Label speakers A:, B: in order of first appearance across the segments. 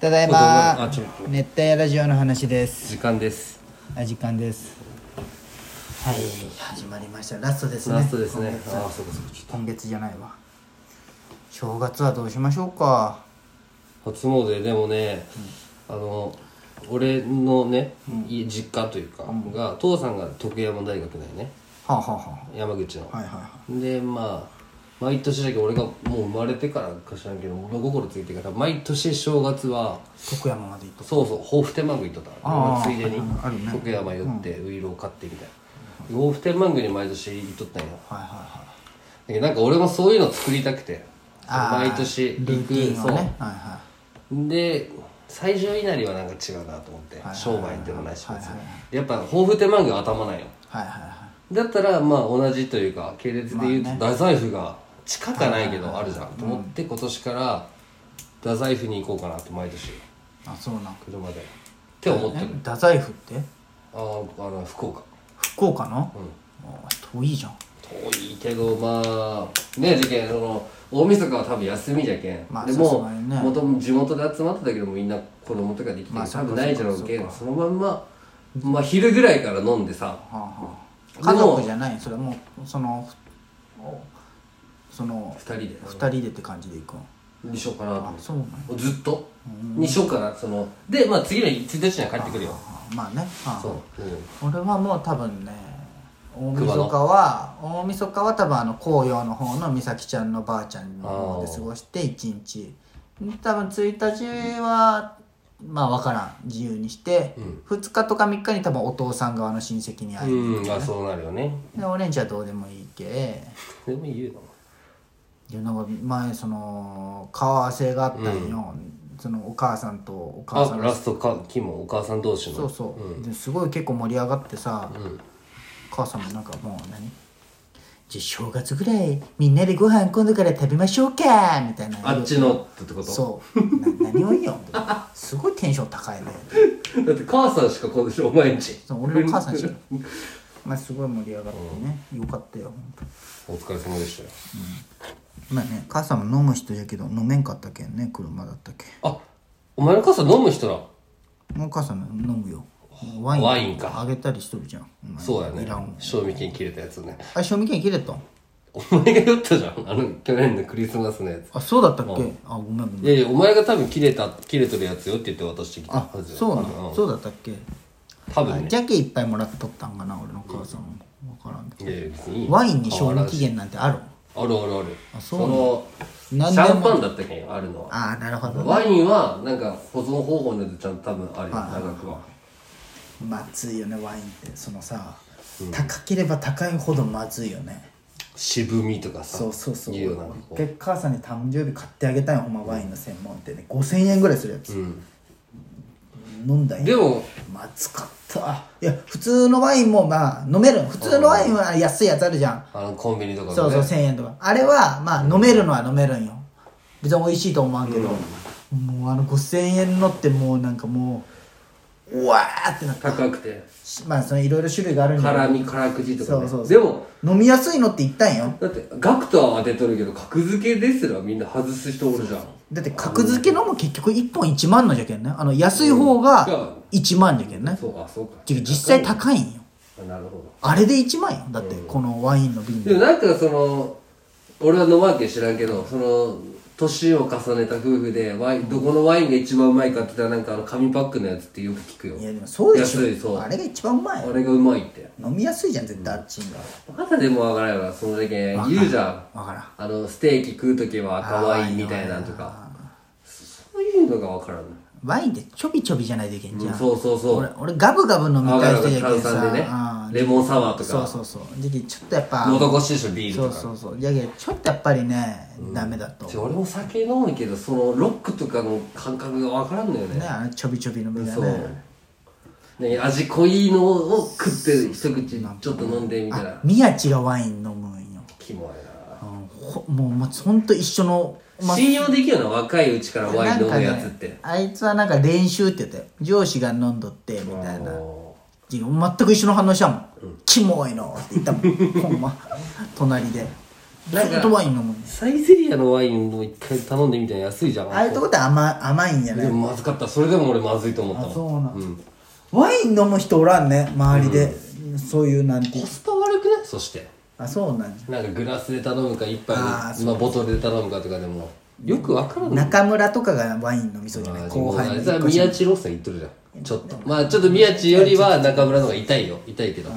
A: ただい
B: あ
A: ま
B: ちょっと
A: 熱帯夜ラジオの話です
B: 時間です
A: あ時間ですはい始まりましたラストですね
B: ラストですね
A: 今月
B: あ
A: は
B: あそうかそうか
A: 今月じゃないわ正月はどうしましょうか
B: 初詣でもね、あの俺のね、家実家というか、が父さんが徳山大学だよね
A: はあ、はあは
B: 山口の、
A: あ、はいはいは
B: でまあ毎年だけど俺がもう生まれてからか知らんけど物心ついてから毎年正月はい
A: 徳山まで行っと
B: そうそう抱負天満宮行っとった
A: あー
B: ついでに
A: うんあるね
B: 徳山寄ってウイロー買ってみたいな抱負天満宮に毎年行っとったんよ
A: はいはいはい
B: だけどなんか俺もそういうの作りたくて
A: あー
B: 毎年行く
A: ルーティンをねはいは
B: そうで最上稲荷はなんか違うなと思って、
A: はい
B: 商売でもないし、
A: はいはいはい
B: やっぱ抱負天満宮は頭ないよ
A: いはいはいは
B: だったらまあ同じというか系列で言うと太宰府が近かないけどあるじゃんと思って今年から太宰府に行こうかなって毎年
A: いあそうなんか
B: 車でって思ってる
A: え太宰府って
B: あーあの福岡
A: 福岡の、
B: う
A: あ遠いじゃん
B: ん遠いけどまあね事件その大晦日は多分休みじゃけん、
A: まあ
B: で
A: さす
B: も
A: がにね
B: もとも地元で集まってたけどもみんな子供とかできて、
A: まあ
B: 多分ないじゃろうけ
A: そっ
B: ん
A: か
B: そのまんままあ昼ぐらいから飲んでさ
A: はあはあ、
B: で
A: 家
B: も
A: 族じゃないそれもうそのおその
B: 二人で
A: 二人でって感じで行くん
B: にしようかなと思
A: あ
B: って
A: そうなんや
B: ずっとにしようかなそのでまあ次の1日には帰ってくるよ
A: あまあねあ
B: そう、
A: 俺はもう多分ね大
B: 熊
A: 晦
B: 野
A: 日は大晦日は多分あの紅葉の方の美咲ちゃんのばあちゃんの方で過ごして一日多分1日はまあ分からん自由にして、
B: うん
A: 二2日とか3日に多分お父さん側の親戚に会いに行
B: うん、うん、
A: く
B: まあそうなるよね
A: で俺んちはどうでもいいけ
B: でも言うの
A: いやなんか前その顔合わせがあったんよ、そのお母さんとお母さ
B: あ
A: ん
B: ラ
A: が
B: ストかキもお母さん同士の
A: そうそう、
B: ん
A: ですごい結構盛り上がってさ、
B: ん
A: 母さんもなんかもう何じゃあ正月ぐらいみんなでご飯今度から食べましょうかみたいな
B: あっちのってこと
A: そうな何を言いよすごいテンション高 いね
B: だって母さんしか来ないしお前んち
A: そう俺の母さんしかまあすごい盛り上がってね、よかったよ本当
B: お疲れ様でしたよ
A: まあね母さんも飲む人やけど飲めんかったけんね車だったけん
B: あお前の母さん飲む人だ
A: もう母さん飲むよワ
B: ワインか
A: あげたりしとるじゃんお前
B: そうやね
A: いらん
B: 賞味期限切れたやつね
A: あ賞味期限切れた
B: お前が酔ったじゃんあの去年のクリスマスのやつ
A: あそうだったっけあごめんごめん
B: いやいやお前が多分切れた切れとるやつよって言って渡してきた
A: あ
B: はずよ
A: そうな
B: 多
A: の
B: 分
A: そうだったっけ
B: 多分
A: あ
B: ね
A: ジャケいっぱいもらっとったんかな俺の母さんも分からんけ
B: いやいや別にいい
A: どワインに賞味期限なんてある
B: あるあるある
A: あそ
B: そう
A: なな
B: の
A: ん
B: シ
A: でも
B: ャンパンだったっけあるのは
A: ああなるほど
B: ワインはなんか保存方法によってちゃんと多分あるよ長くは
A: まずいよねワインってそのさ高ければ高いほどまずいよね
B: 渋みとかさ
A: そうそうそう
B: 言うよなんかこ
A: 一回母さんに誕生日買ってあげたんよほんまワインの専門店で5000円ぐらいするやつ
B: ううん
A: 飲んだんよ
B: でも
A: まずかったいや普通のワインもまあ飲める普通のワインは安いやつあるじゃん
B: あのコンビニとかのね
A: そうそう1000円とかあれはまあ飲めるのは飲めるんよ別に美味しいと思わんけど、もうあの5000円のってもうなんかもううわーってなった
B: 高くて
A: まあそのいろいろ種類があるんだ
B: 辛
A: け
B: み辛口とか、ね、
A: そうそうそう
B: でも
A: ど飲みやすいのって言ったんよ
B: だってガクトは当てとるけど格付けですらみんな外す人おるじゃん
A: だって格付けのも結局1本1万のじゃけんねあの安い方が1万じゃけんね
B: そうかそうか
A: じゃけ実際高いんよ
B: あなるほど
A: あれで1万よだってこのワインの瓶
B: で
A: で
B: もなんかその俺は飲まんけん知らんけどその年を重ねた夫婦でワインどこのワインが一番うまいかって言ったらなんかあの紙パックのやつってよく聞くよ
A: いやでもそうでし
B: 安いそ
A: ょ
B: う
A: あれが一番うまい
B: あ
A: よ
B: れがうまいって
A: 飲みやすいじゃん絶対あっちんが
B: まだでもわからんよなそのだけ言うじゃん
A: わからん
B: あのステーキ食う時は赤ワインみたいなんとかそういうのがわからん
A: ワインってちょびちょびじゃないといけんじゃん、
B: うんそうそうそう
A: 俺俺ガブガブ飲み
B: わか
A: たい
B: る
A: 人じゃ
B: わかる
A: け
B: 炭
A: んさ
B: 酸でね
A: うん
B: レモンサワーと
A: そう
B: か
A: そうそうじゃけちょっとやっぱ
B: 喉越しでしょビー
A: そ
B: ル
A: う
B: とか
A: そうそうじゃけちょっとやっぱりね、ダメだと
B: ちょ俺も酒飲むけどそのロックとかの感覚がわからんのよね
A: ねあのちょびちょび飲みが
B: そ
A: ね
B: う、ね、味濃いのを食って一口ちょっと飲んでみた
A: あ
B: ら
A: 宮地がワイン飲むんよ、
B: キモい
A: うん、ほもうまほんと一緒の、
B: な
A: ま
B: 信用できるの若いうちからワイン飲むやつって、
A: なんかねあいつはなんか練習って言って上司が飲んどってみたいな
B: も
A: 全く一緒の反応したもん「キモいの」って言ったもんほんま隣でずっとワイン飲む
B: サイゼリアのワインを一回頼んでみたら安いじゃん
A: ああいうとこって甘甘いんじゃな
B: で
A: い
B: もまずかったそれでも俺まずいと思ったも
A: あそうなん
B: ん
A: ワイン飲む人おらんね周りで、そういうなんて
B: コスパ悪くないそして
A: あそうなんじ
B: なんかグラスで頼むか一杯
A: あーそう
B: でまあボトルで頼むかとかでもよくわから
A: ゃ
B: ん
A: ん中村とかがワイン飲みそうじゃない後輩の
B: あ
A: 一
B: れ
A: 個下
B: 宮地ローソン行っとるじゃんちょっとまあちょっと宮地よりは中村の方が痛いよ痛いけど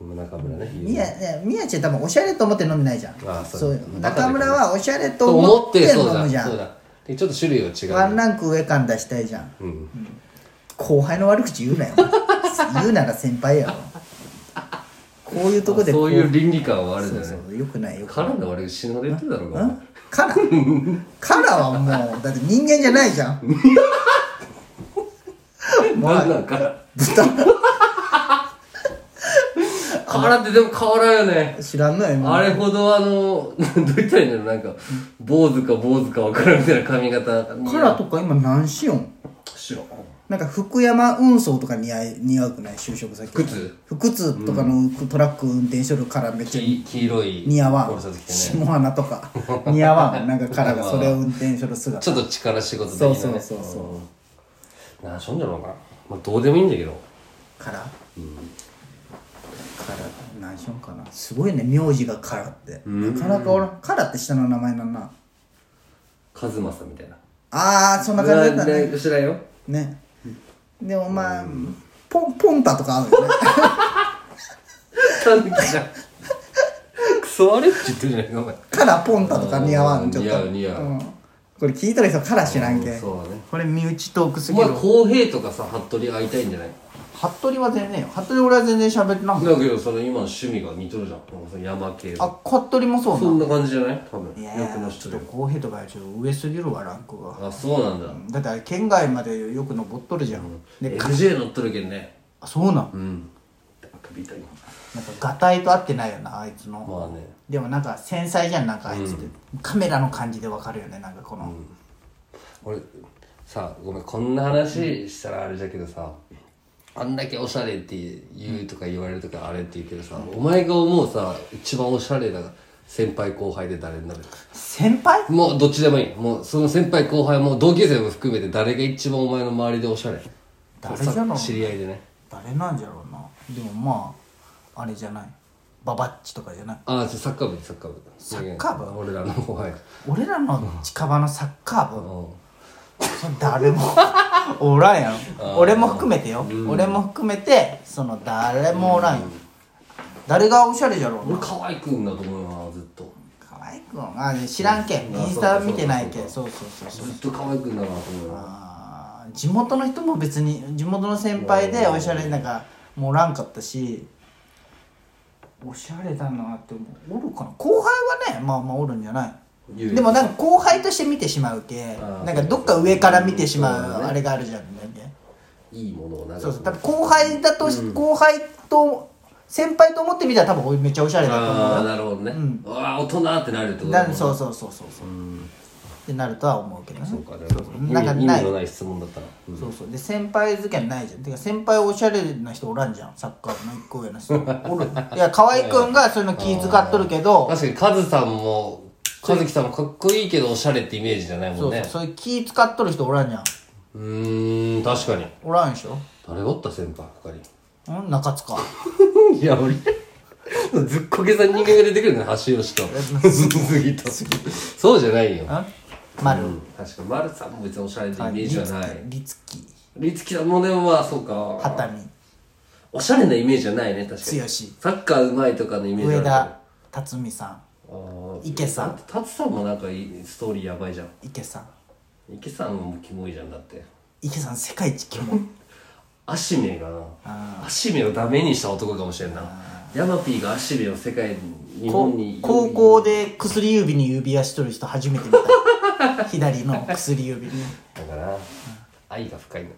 B: 中村ね有名
A: 宮ね宮地は多分おしゃれと思って飲んでないじゃん
B: あそう
A: いう中村はおしゃれと
B: と
A: 思
B: 思
A: っ
B: ってて
A: 飲
B: そう
A: む
B: だ
A: じゃ
B: そうんだでちょっと種類は違う
A: ワンランク上感出したいじゃん
B: うん
A: 後輩の悪口言うなよ 言うなら先輩やろこういうとこで
B: そういう
A: 理
B: 倫理観はある
A: そ
B: だ
A: う
B: ね
A: そうよくないよく
B: カ
A: ない
B: ナダ俺死ぬまで言ってるだろう
A: うんカラカラはもうだって人間じゃないじゃ ん
B: がなんなんか
A: 豚
B: 変わらんってでも変わらんよね
A: 知らんのよ今
B: あれほどあの どう言ったらいいんだろうなんか坊主か坊主か分からんみたいな髪型
A: カラとか今何しよん
B: 白
A: なんか福山運送とか似合い似合うくない就職先
B: 福津
A: 福津とかのトラック運転しとるカラめっちゃ
B: 黄黄色い
A: 似合わ
B: ポロシャツ
A: ん
B: 着てね
A: 下花とか似合わんなんかカラがそれを運転しとる姿
B: ちょっと力仕事的な
A: そう
B: ね
A: そうそうそう
B: うんなあしょんじゃろうかなまあどうでもいいんだけど
A: カラカラ何しよんかなすごいね名字がカラってなかなかおらんカラって下の名前なんな
B: 和正みたいな
A: ああそんな感じだったね
B: ね知らんよ
A: ねでもまあポンポンタとか合うよね
B: たぬきじゃんクソ悪いって言ってるじゃないかお前
A: カラポンタとか似合わんちょっと
B: 似合う似合うん
A: これ聞いたら人カラ知らんけん
B: そうだね
A: これ身内トークす
B: お
A: ぎる
B: 前公平とかさ服部会いたいんじゃない
A: 服部は全然よ服部俺は全然喋ってなかっ
B: だけどその今の趣味が似とるじゃんその山系
A: たあ服部もそう
B: そ
A: なん
B: な感じじゃない多
A: い
B: 分
A: や
B: よくの
A: ー
B: 人
A: ち
B: で
A: ょっと公平とかよりちょっと上すぎるわランクが
B: あそうなん
A: だ
B: だ、
A: ってあれ県外までよく登っとるじゃん、で
B: FJ 乗っとるけんね
A: あそうなん
B: うんあくび痛いな
A: なんかガタイと合ってないよなあいつの、
B: まあね
A: でもなんか繊細じゃんなんかあいつって、カメラの感じでわかるよねなんかこの、
B: 俺さごめんこんな話したらあれだけどさあんだけおしゃれって言うとか言われるとかあれって言うけどさ、お前が思うさ一番おしゃれな先輩後輩で誰になる
A: 先輩
B: もうどっちでもいいもうその先輩後輩も同級生も含めて誰が一番お前の周りでおしゃれ
A: 誰じゃろう
B: 知り合いでね
A: 誰なんじゃろうなでもまああれじゃないババッチとかじゃない
B: ああサッカー部サッカー部サ
A: ッカー
B: 部俺らの後輩
A: 俺らの近場のサッカー部、
B: うん
A: それ誰も おらんやろ俺も含めてよ、俺も含めてその誰もおらんよ、誰がおしゃれじゃろう
B: 俺
A: な
B: 可愛くんだと思うなずっと
A: 河合くんあ知らんけん
B: うん
A: インスタ見てないけんそうそうそうそう
B: ずっと可愛くんだなと思うな
A: あー地元の人も別に地元の先輩でおしゃれなんかもうおらんかったしおしゃれだなって思うおるかな後輩はねまあまあおるんじゃない
B: 言うよ
A: でもなんか後輩として見てしまうけ
B: あー
A: なんかどっか上から見てし
B: そう
A: ま
B: だ
A: う
B: ね
A: あれがあるじゃんなんかね
B: いいものをなんか
A: そうそう多分後輩だとし、後輩と先輩と思ってみたら多分俺めっちゃおしゃれだと思う
B: ああ
A: よ
B: なるほどね、
A: うん
B: ああ大人ってなるってこと
A: なそううそうそうそうそう、ってなるとは思うけどね
B: そうかね
A: そうそう
B: 意
A: なんか
B: 味意
A: ない
B: 味のない質問だったら、うん
A: そうそうで先輩付き合いないじゃんてか先輩おしゃれな人おらんじゃんサッカー部の一個上の 人おるいや河合くんがそういうの気遣っとるけど
B: 確かにカズさんもカズキさんもかっこいいけどおしゃれってイメージじゃない
A: そ
B: もん
A: うそう
B: ね
A: そういう気遣っとる人おらんじゃん
B: うーん確かに
A: おらんでしょ
B: 誰がおった先輩他 に
A: ん中塚
B: いや俺ずっこけさん人間が出てくるね橋吉と杉とそうじゃないよ、
A: ん丸
B: うん、確か丸さんも別におしゃれってイメージはない
A: リツキ
B: 律樹さんもでもまあそうか
A: 畑見
B: おしゃれなイメージはないね確かに
A: 剛
B: サッカーうまいとかのイメージ
A: 上
B: はない
A: 田辰巳さん
B: あー
A: 池さん
B: タツさんもなんかいいストーリーやばいじゃん
A: 池さん
B: 池さんもキモいじゃんだって
A: 池さん世界一キモい
B: アシメがなアシメをダメにした男かもしれんなヤマピーがアシメを世界に日本に
A: 高校で薬指に指輪しとる人初めて見た左の薬指 に
B: だから愛が深いんだ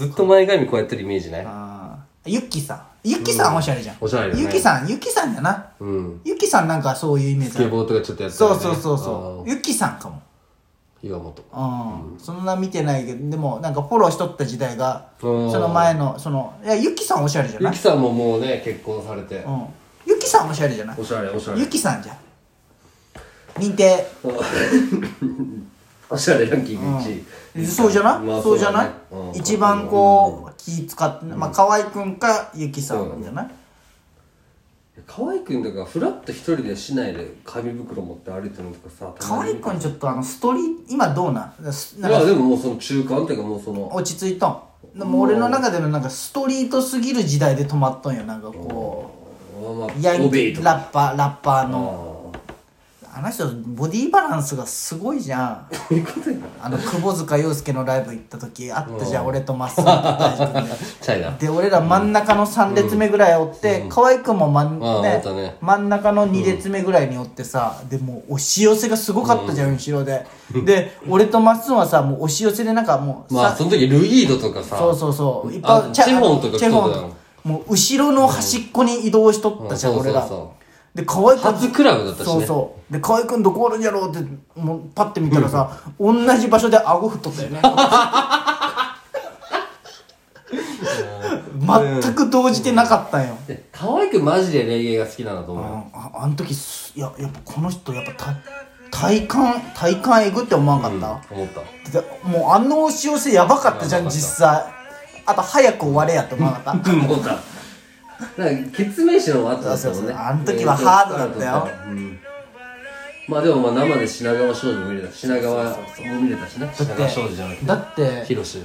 B: なずっと前髪こうやってるイメージない
A: あーユッキーさんユッキーさんおしゃれじゃん、
B: おしゃれだね
A: ユッキーさんユッキーさんだな、
B: うん
A: ユッキーさんなんかそういうイメージ
B: ス
A: ある
B: ケボーとかちょっとやってた
A: そ
B: よ
A: う
B: ね
A: そうそうそうユッキーさんかも
B: あー岩本
A: うん、そんな見てないけどでもなんかフォローしとった時代が
B: うん
A: その前のそのいやユッキーさんおしゃれじゃ
B: ユ
A: ない
B: キさんももうね結婚されて
A: うんユッキーさんおしゃれじゃない
B: おしゃれおしゃ
A: ゆ
B: れ
A: きさんじゃん認定
B: おしゃれランキング1位、
A: そうじゃない、
B: まあ
A: そうじゃない、
B: だねうん
A: 一番こう気使って、まあ河合くんかゆきさんじゃない、
B: うん河合くんとかフラッと一人で市内で紙袋持って歩いてるのとかさた
A: 河
B: ま
A: 合
B: に
A: くんちょっとあのストーリー今どうなんす
B: い
A: なんか
B: やでももうその中間っていうかもうその
A: 落ち着いとんでも俺の中でのなんかストリートすぎる時代で止まっとんよなんかこ
B: まあま
A: うヤ
B: あ
A: ン
B: オ
A: キ
B: ベイ
A: ー
B: と
A: ラ
B: か
A: ッパーラッパー
B: あ
A: の
B: ー
A: あの人ボディバランスがすごいじゃ ん
B: どういうことや
A: あの窪塚洋介のライブ行った時あったじゃん俺とまっすぐと大地君で
B: チャイナ
A: で俺ら真ん中の3列目ぐらいおって、河合くんも真ん,、
B: ああ
A: ね
B: おったね
A: 真ん中の2列目ぐらいにおってさ、でもう押し寄せがすごかったじゃん、後ろでで俺とマッスンはさもう押し寄せでなんかもうさ、
B: まあその時ルイードとかさ
A: そうそうそういっ
B: あ
A: ぱいチャ
B: チェホンとか
A: チェホン
B: 来とったよ
A: もう後ろの端っこに移動しとったじゃん、
B: うんうん
A: 俺ら
B: そうそうそう
A: で河合くん
B: 初クラブだったしね
A: そうそうで河合くんどこおるんやろうってもうパッて見たらさ、同じ場所で顎振っとったよね全く動じてなかったんよ、
B: で河合くんマジでレゲエが好きなんだと思うよ
A: ああの時すいややっぱこの人やっぱ体体感体感えぐって思わんかった、
B: 思った
A: でもうあの押し寄せやばかったじゃ
B: や
A: ん
B: ばかった
A: 実際あと早く終われやって思わなかった
B: 思ったなんか決命誌のもあったんですよ
A: そうそう
B: ね
A: そうあの時はハードだったよ
B: うんまあでもまあ生で品川少女も見れたし品川も見れたしね品川少女じゃなくて
A: だって
B: 広志
A: 7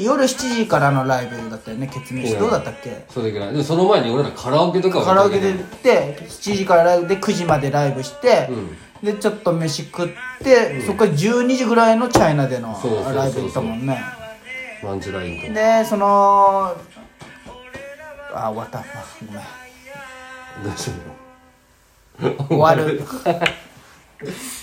A: 時夜7時からのライブだったよねケツメイシどうだったっけ
B: それぐらいでもその前に俺らカラオケとかは
A: カラオケで行って7時からライブで9時までライブして、でちょっと飯食って、そっから12時ぐらいのチャイナでの
B: そうそうそうそう
A: ライブ行ったもんね
B: マンチュラインと
A: でそのあ終わったあごめん
B: どうしよう
A: 終わる